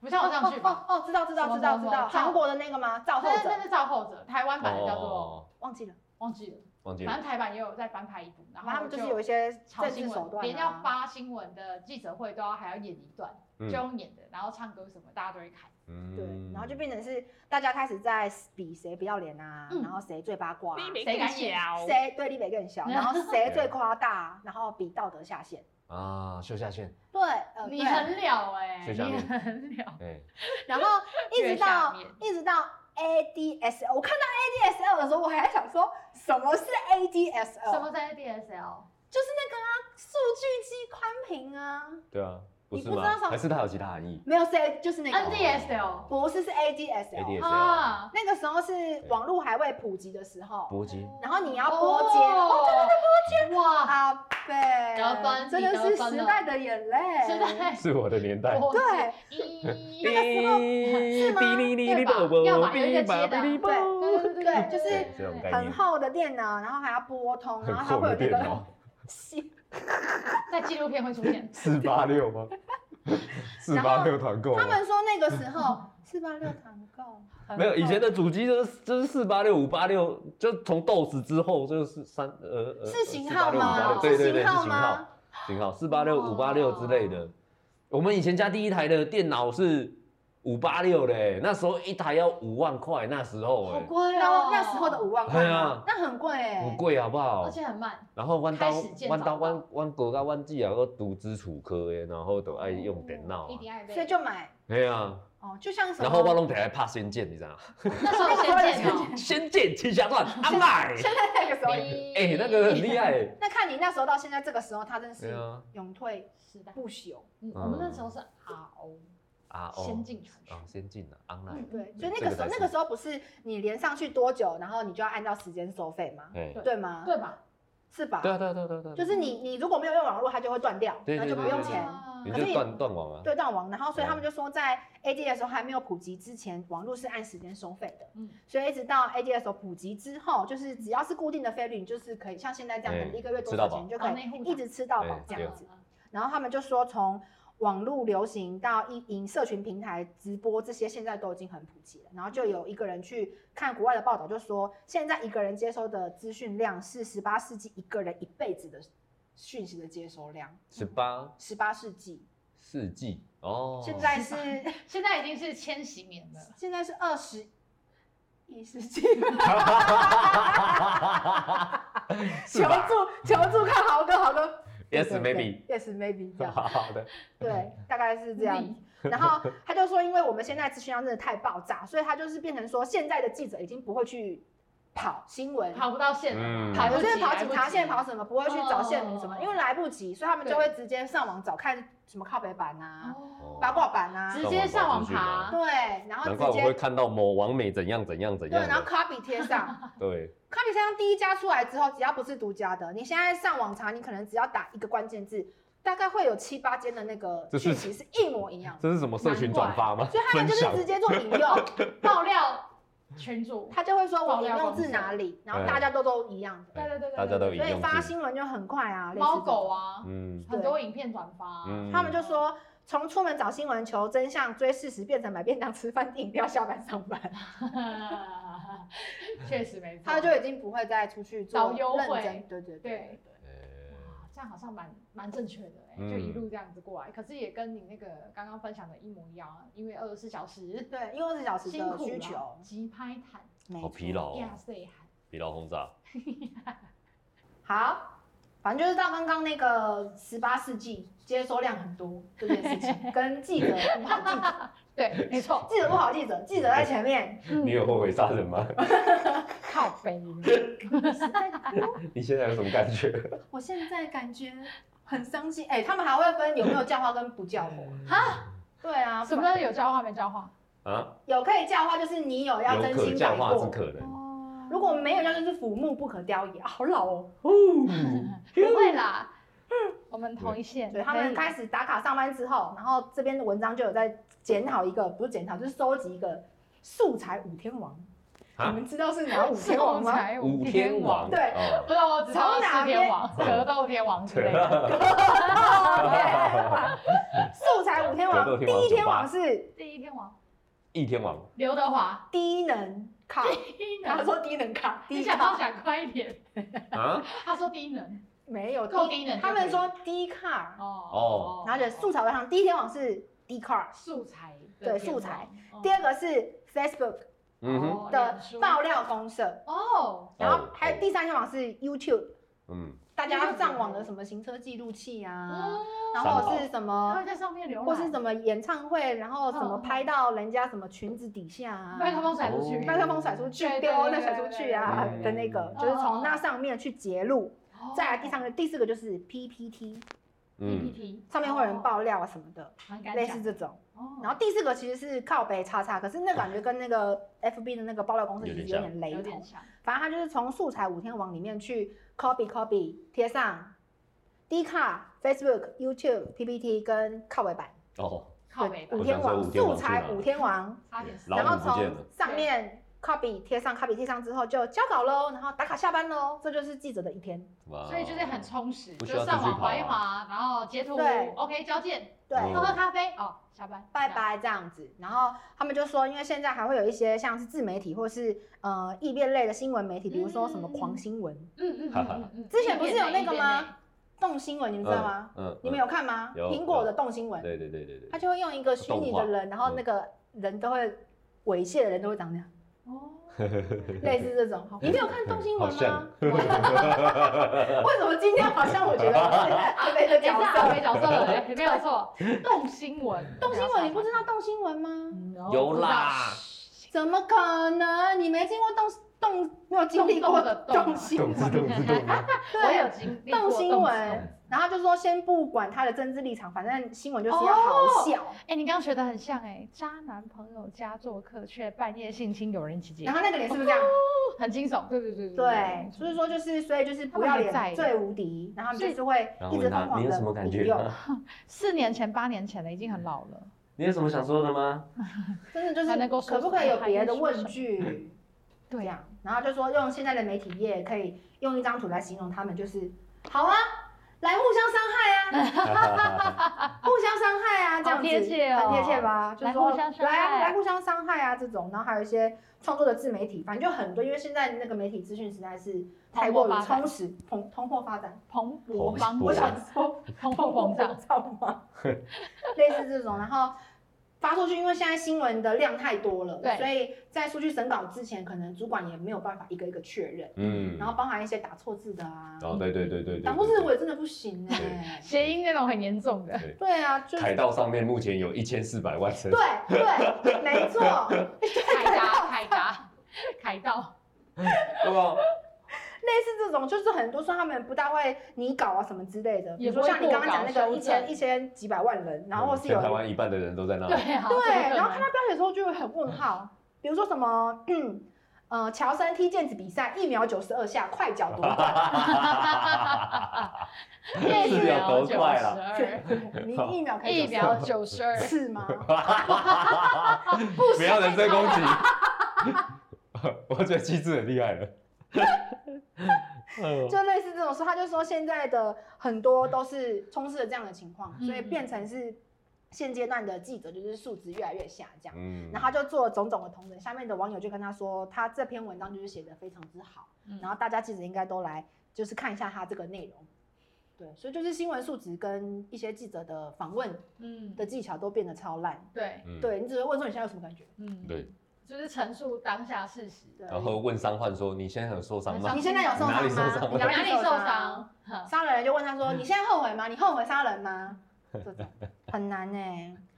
Speaker 3: 不像偶像剧
Speaker 4: 哦
Speaker 3: 吧？
Speaker 4: 哦，知道知
Speaker 3: 什
Speaker 4: 道
Speaker 3: 么
Speaker 4: 知道
Speaker 3: 什
Speaker 4: 知
Speaker 3: 么
Speaker 4: 道，
Speaker 3: 造
Speaker 4: 韩国的那个吗？造后
Speaker 3: 那
Speaker 4: 者
Speaker 3: 那是造后者，台湾版的叫做
Speaker 2: 哦
Speaker 4: 忘记了。
Speaker 3: 忘记了，
Speaker 2: 忘记
Speaker 3: 反
Speaker 2: 了，
Speaker 3: 正台版也有在翻拍一部，然后
Speaker 4: 然后他们
Speaker 3: 我
Speaker 4: 就是有一些
Speaker 3: 炒
Speaker 4: 政
Speaker 3: 新
Speaker 4: 治手
Speaker 3: 闻，
Speaker 4: 段、啊，
Speaker 3: 连要发新闻的记者会都要还要演一段，就
Speaker 2: 嗯
Speaker 3: 用演的，然后唱歌什么大家都会看，
Speaker 4: 对，然后就变
Speaker 2: 成
Speaker 4: 成是大家开始在比谁比较脸啊，
Speaker 3: 嗯
Speaker 4: 然后谁最八卦、啊，
Speaker 3: 谁敢演啊？
Speaker 4: 谁对立北更小，然后谁最夸大，然后比道德下限。
Speaker 2: 啊，秀下线，
Speaker 4: 对，呃，
Speaker 3: 你
Speaker 4: 对
Speaker 3: 很了哎，
Speaker 2: 学
Speaker 3: 你
Speaker 2: 长
Speaker 3: 很了，
Speaker 2: 哎，
Speaker 4: 然后一直
Speaker 3: 越下
Speaker 4: 到
Speaker 3: 面
Speaker 4: 一直到 ADSL，我看到 ADSL 的时候，我还在想说什么是
Speaker 3: 什
Speaker 4: ADSL，
Speaker 3: 么在 DSL？
Speaker 4: 就是那个啊，数据机宽屏啊，
Speaker 2: 对啊，不
Speaker 4: 你
Speaker 2: 是
Speaker 4: 不知道什
Speaker 2: 吗？
Speaker 4: 么
Speaker 2: 还是它有其他含义？
Speaker 4: 没有 C 就是那个，
Speaker 3: NDSL
Speaker 4: 不是是 ADSL，
Speaker 2: ADSL
Speaker 3: 啊，
Speaker 4: 那个时候是网络还未普及的时候，
Speaker 2: 搏击，
Speaker 4: 然后你要拨接，哦，
Speaker 3: 对对对，拨接，哇，
Speaker 4: 阿贝，
Speaker 3: 得分
Speaker 4: 真的
Speaker 3: 你
Speaker 4: 是
Speaker 3: 得分了
Speaker 4: 时啊代的眼泪，
Speaker 3: 是在
Speaker 2: 是我的年代。
Speaker 3: 拨
Speaker 4: 对
Speaker 3: 一
Speaker 2: 哔
Speaker 4: 是吗
Speaker 2: 哔哩哩哩
Speaker 3: 对吧
Speaker 2: 啵啵
Speaker 3: 要么有一个
Speaker 2: 哔吧
Speaker 3: 接的
Speaker 2: 哔哩啵
Speaker 3: 对对对，
Speaker 4: 就是
Speaker 2: 对这种概
Speaker 4: 很
Speaker 2: 念，
Speaker 4: 厚的电脑，然后还要拨通，然
Speaker 2: 很
Speaker 4: 后它
Speaker 2: 厚
Speaker 4: 会
Speaker 2: 的
Speaker 4: 有那
Speaker 2: 电
Speaker 4: 个
Speaker 2: 脑，
Speaker 4: 线，
Speaker 3: 在纪录片会出 现，
Speaker 2: 四八六吗？四八六团购吗
Speaker 4: 他们说那个时 候四八六团购很
Speaker 2: 没有
Speaker 4: 厚
Speaker 2: 以前的主机就是就是四八六五八六，就从 DOS 之后就是三呃呃
Speaker 4: 是型号
Speaker 2: 486
Speaker 4: 吗？
Speaker 2: 对对
Speaker 4: 是型
Speaker 2: 对，是
Speaker 4: 号
Speaker 2: 型号
Speaker 4: 吗？哦
Speaker 2: 型号四八六五八六之类的。我们以前家第一台的电脑是五八六嘞，那时候一台要五万块，那时候
Speaker 4: 好
Speaker 2: 哎、
Speaker 4: 贵
Speaker 3: 然
Speaker 4: 哦
Speaker 3: 后，
Speaker 4: 那时候的五万块
Speaker 2: 对
Speaker 4: 吗
Speaker 2: 啊，
Speaker 4: 那很贵哎，
Speaker 2: 很贵好不好
Speaker 3: 而？且很慢，
Speaker 2: 然后弯刀
Speaker 3: 开始建
Speaker 2: 弯
Speaker 3: 造
Speaker 2: 刀
Speaker 3: 吧
Speaker 2: 弯弯国啊弯技啊，个读基础科诶，然后都爱用电
Speaker 4: 哦
Speaker 2: 脑
Speaker 3: 一
Speaker 2: 啊，
Speaker 3: 定爱被。
Speaker 4: 所以就买
Speaker 2: 哎呀，
Speaker 4: 哦，就像什么，
Speaker 2: 然后我拢得来拍仙剑，你知 道吗？
Speaker 3: 那时候先见哦，
Speaker 2: 仙剑七侠传，阿 麦，
Speaker 4: 现在那个时候，
Speaker 2: 哎，那个很厉 害欸，
Speaker 4: 那看你那时候到现在这个时候，他真的
Speaker 2: 对
Speaker 4: 是
Speaker 2: 啊，
Speaker 4: 永退
Speaker 3: 是的，
Speaker 4: 不朽，
Speaker 3: 嗯我们那时候是 RO
Speaker 2: 啊哦，
Speaker 3: 先进传
Speaker 2: 啊
Speaker 3: 说，
Speaker 2: 先进啊
Speaker 3: 嗯
Speaker 2: ，online，
Speaker 4: 对，
Speaker 3: 嗯
Speaker 4: 所以那个时候
Speaker 2: 这个才是
Speaker 4: 那个时候不是你连上去多久，然后你就要按照时间收费吗？
Speaker 2: 哎，
Speaker 4: 嗯对吗？，
Speaker 3: 对吧？
Speaker 4: 是吧？
Speaker 2: 对啊对啊对啊对啊对啊，
Speaker 4: 就是你你如果没有用网络，它就会断掉，
Speaker 2: 对
Speaker 4: 那就
Speaker 2: 对
Speaker 4: 不用
Speaker 2: 对
Speaker 4: 钱。
Speaker 3: 啊
Speaker 2: 你
Speaker 4: 可是
Speaker 2: 就
Speaker 4: 你
Speaker 2: 断断网啊，
Speaker 4: 对断网，然后所以
Speaker 2: 对
Speaker 4: 他们就说，在 AD 的时候还没有普及之前，网络是按时间收费的。
Speaker 3: 嗯
Speaker 4: 所以一直到 AD 的时候普及之后，就是只要是固定的费率，你就是可以像现在这样，
Speaker 2: 哎
Speaker 4: 可能一个月多
Speaker 2: 吃到
Speaker 4: 少
Speaker 2: 饱
Speaker 4: 钱你就可
Speaker 3: 哦内
Speaker 4: 以
Speaker 3: 户
Speaker 4: 一直吃到饱
Speaker 2: 哎
Speaker 4: 这
Speaker 2: 对
Speaker 4: 样子。然后他们就说，从网络流行到影影社群平台直播这些，现在都已经很普及了。然后就有一个人去看国外的报道，就说现在一个人接收的资讯量是十八世纪一个人一辈子的讯息的接收量。
Speaker 2: 十八
Speaker 4: 十八世纪，
Speaker 2: 世纪哦，
Speaker 4: 现 在是
Speaker 3: 现在已经是千禧年了，
Speaker 4: 现在是二十一世纪，
Speaker 2: 是
Speaker 4: 求
Speaker 2: 吧
Speaker 4: 助求助，看豪哥，豪哥。
Speaker 2: ？Yes
Speaker 4: 对
Speaker 2: maybe，
Speaker 4: 对 Yes maybe 这样，
Speaker 2: 好的，
Speaker 4: 对，大概是这样子
Speaker 3: Maybe。
Speaker 4: 然后他就说，因为我们现在资讯量真的太爆炸，所以他就是变成说，现在的记者已经不会去跑新闻，
Speaker 3: 跑不到线了
Speaker 2: 嗯
Speaker 3: 嘛，
Speaker 4: 跑
Speaker 3: 不
Speaker 4: 就
Speaker 3: 及
Speaker 4: 是跑
Speaker 3: 来
Speaker 4: 警
Speaker 3: 不
Speaker 4: 察
Speaker 3: 及
Speaker 4: 线，跑什么，不会去找线民什么，
Speaker 3: 哦
Speaker 4: 因为来不及，所以他们就会直接上网找看什么靠北版啊、
Speaker 3: 哦
Speaker 2: 哦
Speaker 4: 八卦版啊，
Speaker 3: 直接上网
Speaker 2: 上网
Speaker 3: 爬，
Speaker 4: 对，然后
Speaker 2: 难怪
Speaker 4: 直
Speaker 2: 我会
Speaker 4: 接
Speaker 2: 看到某王美怎样怎样怎
Speaker 4: 对，
Speaker 2: 样
Speaker 4: 然后
Speaker 2: 的，
Speaker 4: copy 贴上。
Speaker 2: 对。
Speaker 4: 科比三第一家出来之后，只要不是独家的，你现在上网查，你可能只要打一个关键字，大概会有七八间的那个
Speaker 2: 这
Speaker 4: 讯息
Speaker 2: 是
Speaker 4: 是一模一样的，
Speaker 2: 这是什么社群转发吗？
Speaker 4: 所以他们就是直接做引用，
Speaker 3: 爆料群主，
Speaker 2: 哎
Speaker 4: 他就会说我引用自哪里，然后大家都都一样的，
Speaker 3: 对对对对，
Speaker 2: 大家都一
Speaker 4: 所
Speaker 2: 样
Speaker 4: 以发新闻就很快啊，类似这
Speaker 3: 猫
Speaker 4: 种
Speaker 3: 狗，啊，
Speaker 2: 嗯
Speaker 3: 很多影片转发，
Speaker 2: 嗯
Speaker 4: 他们就说。从出门找新闻、求真相、追事实，变成买便当、吃饭、订饮料、下班、上 班，
Speaker 3: 确实没错，
Speaker 4: 他就已经不会再出去做
Speaker 3: 找优惠
Speaker 4: 认真，对对
Speaker 3: 对
Speaker 4: 对，。
Speaker 3: 哇这样好像蛮蛮正确的哎、
Speaker 2: 嗯
Speaker 3: 就一路这样子过来。可是也跟你那个刚刚分享的一模一样啊，因为二十四小时
Speaker 4: 对，因为二十小时
Speaker 3: 辛
Speaker 4: 的
Speaker 3: 苦
Speaker 4: 需
Speaker 3: 了
Speaker 4: 求，
Speaker 3: 急拍坦
Speaker 4: 没
Speaker 2: 好
Speaker 4: 错
Speaker 2: 疲劳哦
Speaker 3: 亚岁寒，
Speaker 2: 疲劳轰炸，
Speaker 4: 好，反正就是到刚刚那个十八世纪接收量很多这件事 情，跟记者不好记者，
Speaker 3: 对，没错，
Speaker 4: 记者不好记者，记者在前面，
Speaker 2: 你有后悔杀人吗？
Speaker 3: 靠背。
Speaker 4: 实在
Speaker 2: 你现在有什么感觉？
Speaker 4: 我现在感觉很伤心。哎、他们还会分有没有教化跟不教化。
Speaker 2: 嗯
Speaker 3: 哈，
Speaker 4: 对啊，
Speaker 3: 什么叫有教化没教化？
Speaker 2: 啊，
Speaker 4: 有可以教化，就是你有要
Speaker 2: 有
Speaker 4: 真
Speaker 2: 可
Speaker 4: 心
Speaker 2: 教
Speaker 4: 改
Speaker 2: 化之
Speaker 4: 过。
Speaker 2: 可能，
Speaker 3: 哦
Speaker 4: 如果没有，那就是腐木不可雕也。啊好老哦。
Speaker 3: 不会啦，我们同一线，
Speaker 4: 对，他们
Speaker 3: 可以
Speaker 4: 开始打卡上班之后，然后这边的文章就有在检讨一个，不是检讨，就是收集一个素材五天王。
Speaker 2: 啊
Speaker 4: 你们知道是哪五天王
Speaker 3: 素
Speaker 4: 吗？
Speaker 3: 材
Speaker 2: 五天王，
Speaker 4: 对
Speaker 2: 哦
Speaker 3: 不知道，我只知道
Speaker 4: 从哪
Speaker 3: 四天
Speaker 4: 边
Speaker 3: 王、格斗天王之类的。
Speaker 4: 素材五天
Speaker 2: 格
Speaker 4: 王，
Speaker 2: 斗
Speaker 4: 第
Speaker 2: 天王
Speaker 4: 一天王
Speaker 2: 酒吧
Speaker 4: 是
Speaker 3: 第一天王
Speaker 2: 一天王，
Speaker 3: 刘德华，
Speaker 4: 低能卡，
Speaker 3: 低
Speaker 4: 他
Speaker 3: 能，
Speaker 4: 说低能卡，
Speaker 3: 你
Speaker 4: 低
Speaker 3: 想不
Speaker 4: 卡
Speaker 3: 想快一点？
Speaker 2: 啊，
Speaker 3: 他说低能，
Speaker 4: 没有
Speaker 3: 够低能就可以
Speaker 4: 他们说低卡，
Speaker 3: 哦
Speaker 4: 然后就素材为上，第一天王是低卡，
Speaker 3: 素材的
Speaker 4: 对
Speaker 3: 天
Speaker 4: 素材
Speaker 3: 王，
Speaker 4: 第二个是 Facebook
Speaker 2: 嗯哼，
Speaker 3: 哦
Speaker 4: 的
Speaker 3: 脸书
Speaker 4: 爆料公社，
Speaker 3: 哦，
Speaker 4: 然后
Speaker 2: 哦
Speaker 4: 还有第三天王是 YouTube，
Speaker 2: 嗯，
Speaker 4: 大家上网的什么行车记录器
Speaker 3: 哦
Speaker 4: 啊，然后
Speaker 2: 上
Speaker 4: 是什
Speaker 3: 他
Speaker 4: 么
Speaker 3: 会，在上面浏览，
Speaker 4: 或是什么演唱会，然后什么
Speaker 3: 嗯嗯
Speaker 4: 拍到人家什么裙子底下啊，
Speaker 3: 麦克风甩出去，
Speaker 4: 麦克风甩出去
Speaker 3: 对，对
Speaker 4: 丢
Speaker 3: 对
Speaker 4: 那
Speaker 3: 对
Speaker 4: 甩出
Speaker 3: 对
Speaker 4: 去啊
Speaker 2: 对
Speaker 4: 的那个
Speaker 3: 嗯，
Speaker 4: 就是从那上面去截录。
Speaker 3: 哦
Speaker 4: 再来第三个、第四个就是 PPT，
Speaker 2: 嗯，
Speaker 3: PPT
Speaker 4: 上面会有人，爆料啊什么的，
Speaker 3: 很敢
Speaker 4: 类
Speaker 3: 讲
Speaker 4: 似这种。
Speaker 3: 哦
Speaker 4: 然后第四个其实是靠北叉叉，可是那感觉跟那 个 FB 的那个爆料公司
Speaker 2: 有
Speaker 4: 其实
Speaker 2: 点
Speaker 4: 有点雷
Speaker 3: 有
Speaker 4: 同
Speaker 3: 点。像，
Speaker 4: 反正它就是从素材五天王里面去 copy copy 贴上 d 卡、Facebook、YouTube、PPT 跟靠北版，
Speaker 2: 哦，
Speaker 3: 靠北吧
Speaker 4: 五，天王
Speaker 2: 我想说五天
Speaker 4: 素
Speaker 2: 王
Speaker 4: 材
Speaker 2: 去哪
Speaker 4: 五天王。
Speaker 3: 差点死
Speaker 2: 老
Speaker 4: 然后
Speaker 2: 虎不见
Speaker 4: 从
Speaker 2: 了，
Speaker 4: 上面 copy 贴上，copy 贴上之后就交稿喽，然后打卡下班喽，这就是记者的一天。
Speaker 2: 哇
Speaker 3: 所以就是很充实，
Speaker 2: 不
Speaker 3: 就
Speaker 2: 需要
Speaker 3: 上
Speaker 2: 出去
Speaker 3: 网
Speaker 2: 跑啊
Speaker 3: 划一划，然后截图
Speaker 4: 对
Speaker 3: ，OK 交件，
Speaker 4: 对，
Speaker 2: 嗯
Speaker 3: 喝喝咖啡，哦，下班，
Speaker 4: 拜拜这样子。然后他们就说，因为现在还会有一些像是自媒体或是呃异变类的新闻媒体，比如说什么
Speaker 3: 嗯
Speaker 4: 狂新闻、
Speaker 3: 这样，嗯嗯嗯嗯嗯，
Speaker 4: 之前不是有那个吗
Speaker 3: 一边内？
Speaker 4: 动新闻，你们知道吗？
Speaker 2: 嗯，嗯
Speaker 4: 你们有看吗？
Speaker 2: 有
Speaker 4: 苹果的动新闻，
Speaker 2: 对对对对对，嗯
Speaker 4: 它就会用一个虚拟的人，然后那个人都会猥亵的人都会长那样，
Speaker 5: 哦，
Speaker 4: 类似这种。你没有看动新闻
Speaker 2: 嗯好
Speaker 4: 吗
Speaker 2: 像？
Speaker 4: 为什么今天好像我觉得我是阿飞的
Speaker 3: 也
Speaker 4: 角
Speaker 3: 是阿
Speaker 4: 色？
Speaker 3: 哦飞角色的人，没有错。动新闻，
Speaker 4: 动新闻你不知道动新闻吗？
Speaker 5: 嗯哦
Speaker 2: 有
Speaker 5: 不知道
Speaker 2: 啦
Speaker 4: 怎么可能？你没经过动动，没有经历过
Speaker 5: 动动的动
Speaker 4: 动新
Speaker 2: 动
Speaker 4: 闻
Speaker 2: 自。动自动吗？
Speaker 3: 我有经历过
Speaker 4: 动新
Speaker 3: 新
Speaker 4: 闻，然后就说先不管他的政治立场，反正新闻就是要好笑。
Speaker 3: 哎，你刚刚学的很像哎，渣男朋友家做客，却半夜性侵有人起解
Speaker 4: 然，后那个脸是不是这样？
Speaker 3: 很惊悚。对对对
Speaker 4: 对，所以说就是，所以就是不要
Speaker 3: 他们还在
Speaker 4: 脸最无敌，然后他们就是会
Speaker 2: 然后
Speaker 4: 一直
Speaker 2: 问
Speaker 4: 疯
Speaker 2: 他，
Speaker 4: 狂
Speaker 2: 你有什么
Speaker 4: 的
Speaker 2: 感
Speaker 4: 引
Speaker 2: 觉
Speaker 4: 诱，
Speaker 2: 吗？
Speaker 3: 四年前、八年前的已经很老了。
Speaker 2: 你有什么想说的吗？
Speaker 4: 真的就
Speaker 3: 还能够
Speaker 4: 是
Speaker 3: 说
Speaker 4: 可不
Speaker 3: 什么
Speaker 4: 可以有
Speaker 3: 还
Speaker 4: 别
Speaker 3: 能
Speaker 4: 的
Speaker 3: 说什
Speaker 4: 问
Speaker 3: 么
Speaker 4: 句？这
Speaker 3: 对呀，
Speaker 4: 样，然后就说用现在的媒体业可以用一张图来形容他们，就是好啊，来互相伤害啊，互相伤害啊，这样
Speaker 3: 好
Speaker 4: 子
Speaker 3: 贴切哦
Speaker 4: 很贴切吧？就
Speaker 3: 来
Speaker 4: 是说
Speaker 3: 互相伤
Speaker 4: 来啊，
Speaker 3: 害
Speaker 4: 来互相伤害啊这种，然后还有一些创作的自媒体，反正就很多，因为现在那个媒体资讯实在是太过于充实，通通货发展，
Speaker 3: 蓬勃
Speaker 2: 勃
Speaker 3: 发
Speaker 4: 我
Speaker 2: 发
Speaker 4: 想
Speaker 3: 展，
Speaker 4: 说
Speaker 3: 蓬勃 膨胀。
Speaker 4: 胀 吗？类似这种，然后。发出去，因为现在新闻的量太多了，
Speaker 3: 对
Speaker 4: 所以在出去审稿之前，可能主管也没有办法一个一个确认。
Speaker 2: 嗯，
Speaker 4: 然后包含一些打错字的啊，
Speaker 2: 哦，对对对对对，
Speaker 4: 打错字我也真的不行哎、
Speaker 3: 谐音那种很严重的，
Speaker 4: 对啊，就
Speaker 2: 凯道上面目前有一千四百万声
Speaker 4: 对，对，没错，
Speaker 3: 凯达凯达凯
Speaker 2: 啊
Speaker 3: 道，
Speaker 2: 对吧？
Speaker 4: 类似这种，就是很多说他们不大会拟稿啊什么之类的，比
Speaker 3: 也
Speaker 4: 如
Speaker 3: 不会
Speaker 4: 说像你刚刚讲那
Speaker 3: 过稿
Speaker 4: 个一
Speaker 3: 修正嗯
Speaker 4: 千一千几百万人，然后或是
Speaker 2: 全
Speaker 4: 有
Speaker 2: 台湾一半的人都在那 里，
Speaker 3: 对啊，
Speaker 4: 对， 然后看
Speaker 3: 他
Speaker 4: 到标题的时候就会很问号，比如说什么嗯。呃，乔森踢毽子比赛一秒九十二下，快脚夺 冠。
Speaker 2: 是有多快啦
Speaker 3: 啦
Speaker 4: 你一秒可以
Speaker 3: 一秒九十二，
Speaker 4: 次吗？
Speaker 2: 不要人身攻击。 我觉得机智很厉害了。哎呦
Speaker 4: 就类似这种事，他就说现在的很多都是充斥了这样的情况，
Speaker 3: 嗯
Speaker 4: 所以变成是现阶段的记者就是素质越来越下降。
Speaker 2: 嗯
Speaker 4: 然后他就做了种种的同人，下面的网友就跟他说，他这篇文章就是写的非常之好，
Speaker 3: 嗯
Speaker 4: 然后大家其实应该都来就是看一下他这个内容。对，所以就是新闻素质跟一些记者的访问
Speaker 3: 嗯，
Speaker 4: 的技巧都变得超烂。
Speaker 3: 对，
Speaker 2: 嗯，
Speaker 4: 对你只会问说你现在有什么感觉？
Speaker 3: 嗯
Speaker 2: 对，
Speaker 3: 就是陈述当下事实，
Speaker 4: 对，
Speaker 2: 然后问伤患说：“你现在有受伤吗
Speaker 4: 你现在有受伤
Speaker 2: 哪
Speaker 4: 吗？
Speaker 2: 里受伤
Speaker 4: 你
Speaker 2: 了
Speaker 4: 哪里受伤？
Speaker 3: 伤？哈
Speaker 4: 嗯杀了人就问他说：“
Speaker 2: 嗯
Speaker 4: 你现在后悔吗？你后悔杀人吗？”这 种很难呢、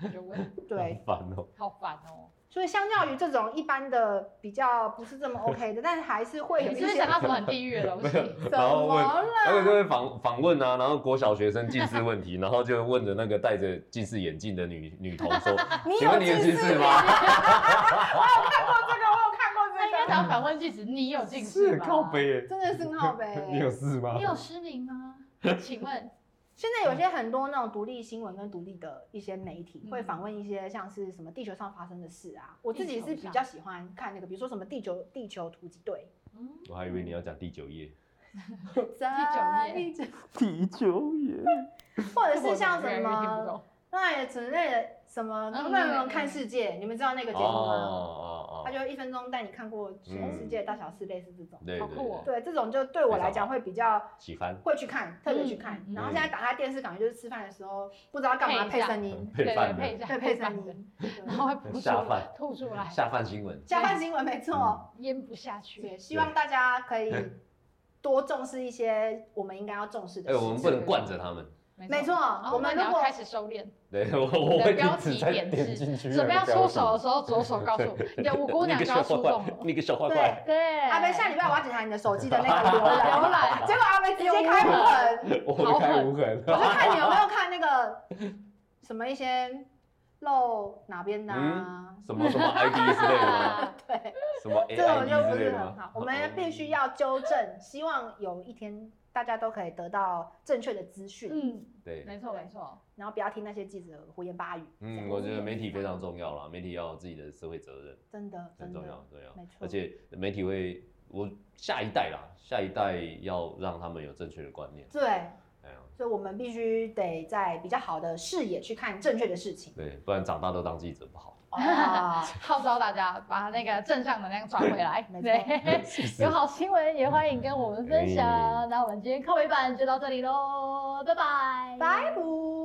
Speaker 3: 我就问，？”
Speaker 4: 对，
Speaker 2: 好烦哦。
Speaker 3: 好烦哦，
Speaker 4: 所以相较于这种一般的比较不是这么 OK 的，但还是会有
Speaker 3: 你
Speaker 4: 一
Speaker 3: 是不是
Speaker 4: 些
Speaker 3: 想到什么很地狱的东西？
Speaker 4: 怎
Speaker 2: 然后
Speaker 4: 么啊
Speaker 2: 问然后就
Speaker 4: 了？
Speaker 2: 会访访问啊，然后国小学生近视问题，然后就问着那个戴着近视眼镜的女女童说
Speaker 4: 你：“有
Speaker 2: 请问你有
Speaker 4: 近
Speaker 2: 近
Speaker 4: 视
Speaker 2: 视吗
Speaker 4: 看过这个，我有看过
Speaker 3: 那应
Speaker 4: 这
Speaker 3: 该想反问句子，你有？”近视
Speaker 2: 是
Speaker 3: 吗？
Speaker 2: 靠啊背
Speaker 4: 个，，真的是很好呗、
Speaker 2: 你有事吗
Speaker 3: 你？有失明吗？请问，
Speaker 4: 现在有些很多那种独立新闻跟独立的一些媒体
Speaker 3: 嗯
Speaker 4: 会访问一些像是什么地球上发生的事啊，我自己是
Speaker 3: 地球
Speaker 4: 比
Speaker 3: 上
Speaker 4: 较喜欢看那个，比如说什么地球地球突击队，
Speaker 3: 嗯，
Speaker 2: 我还以为你要讲第九页。
Speaker 4: 在
Speaker 3: 地
Speaker 4: 地
Speaker 2: 第九页。
Speaker 4: 或 者是像什
Speaker 3: 我越来越听
Speaker 4: 么哎
Speaker 3: 不懂
Speaker 4: 那也存在的什么
Speaker 3: 嗯
Speaker 4: 《让人看世界》，你们知道那个节目吗？
Speaker 2: 哦
Speaker 4: 他就一分钟带你看过全世界大小事，类似这种。
Speaker 2: 对
Speaker 3: 好
Speaker 2: 对
Speaker 3: 酷哦
Speaker 2: 对，
Speaker 4: 对，这种就对我来讲会比较
Speaker 2: 喜欢
Speaker 4: 会去看，特别去看
Speaker 3: 嗯。
Speaker 4: 然后现在打开电视，感觉就是吃饭的时候不知道干嘛
Speaker 3: 配
Speaker 4: 配
Speaker 3: 一下
Speaker 4: 声音，
Speaker 3: 对
Speaker 2: 配
Speaker 3: 对
Speaker 2: 饭
Speaker 3: 配一
Speaker 2: 的
Speaker 4: 对，
Speaker 3: 下，
Speaker 4: 配
Speaker 3: 饭
Speaker 4: 声
Speaker 3: 的，
Speaker 4: 音，
Speaker 3: 然后会不
Speaker 2: 下饭
Speaker 3: 吐出来，
Speaker 2: 下饭新闻。
Speaker 4: 加饭新闻没
Speaker 2: 嗯
Speaker 4: 错。
Speaker 3: 咽不下去。
Speaker 4: 对，希望大家可以多重视一些我们应该要重视的
Speaker 2: 哎，
Speaker 4: 事
Speaker 2: 我们不
Speaker 4: 情。
Speaker 2: 能惯着他们。
Speaker 4: 没错，
Speaker 3: 然
Speaker 4: 我
Speaker 3: 后
Speaker 4: 们
Speaker 3: 哦你
Speaker 4: 如
Speaker 3: 要
Speaker 4: 果
Speaker 3: 开始收敛，
Speaker 2: 对，我我会
Speaker 3: 标
Speaker 2: 一直
Speaker 3: 题
Speaker 2: 在
Speaker 3: 点
Speaker 2: 点
Speaker 3: 字
Speaker 2: 进去那
Speaker 3: 准
Speaker 2: 个
Speaker 3: 备要
Speaker 2: 标
Speaker 3: 出
Speaker 2: 题
Speaker 3: 手的时候，左手 告诉我，你的五姑
Speaker 2: 那
Speaker 3: 娘
Speaker 2: 个
Speaker 3: 就要
Speaker 2: 小
Speaker 3: 出
Speaker 2: 坏
Speaker 3: 动
Speaker 2: 坏
Speaker 3: 了，。
Speaker 2: 那个小坏
Speaker 4: 对
Speaker 2: 坏，
Speaker 3: 对，
Speaker 4: 阿飞下礼拜我要检查你的手机的那个浏 览，
Speaker 3: 浏览
Speaker 4: 结果阿飞直接开无痕。
Speaker 2: 我开无痕。
Speaker 4: 我就 看你有没有看那个什么一些漏哪边的、啊
Speaker 2: 什 么什么 ID 之类的吗？
Speaker 4: 对，
Speaker 2: 什么
Speaker 4: 这种
Speaker 2: AID
Speaker 4: 就
Speaker 2: 之
Speaker 4: 不
Speaker 2: 类
Speaker 4: 是
Speaker 2: 的
Speaker 4: 很
Speaker 2: 吗嗯
Speaker 4: 好。？我们必须要纠正，希望有一天大家都可以得到正确的资讯，
Speaker 3: 嗯，
Speaker 2: 对，
Speaker 3: 没错没错，
Speaker 4: 然后不要听那些记者胡言八语。这
Speaker 2: 嗯，
Speaker 4: 样
Speaker 2: 我觉得媒体非常重要啦，媒体要有自己的社会责任，
Speaker 4: 真的真
Speaker 2: 很重要
Speaker 4: 的
Speaker 2: 很重要
Speaker 4: 没错。
Speaker 2: 而且媒体会，我下一代啦，下一代要让他们有正确的观念。
Speaker 4: 对，
Speaker 2: 哎呀，
Speaker 4: 所以我们必须得在比较好的视野去看正确的事 情。
Speaker 2: 对，不然长大都当记者不好。
Speaker 4: 啊，
Speaker 3: 号召大家把那个正向能量转回 来
Speaker 4: 没。错
Speaker 3: 对，有好新闻也欢迎跟我们分享
Speaker 2: 哎。
Speaker 3: 那我们今天靠背版就到这里喽，拜拜，
Speaker 4: 拜拜。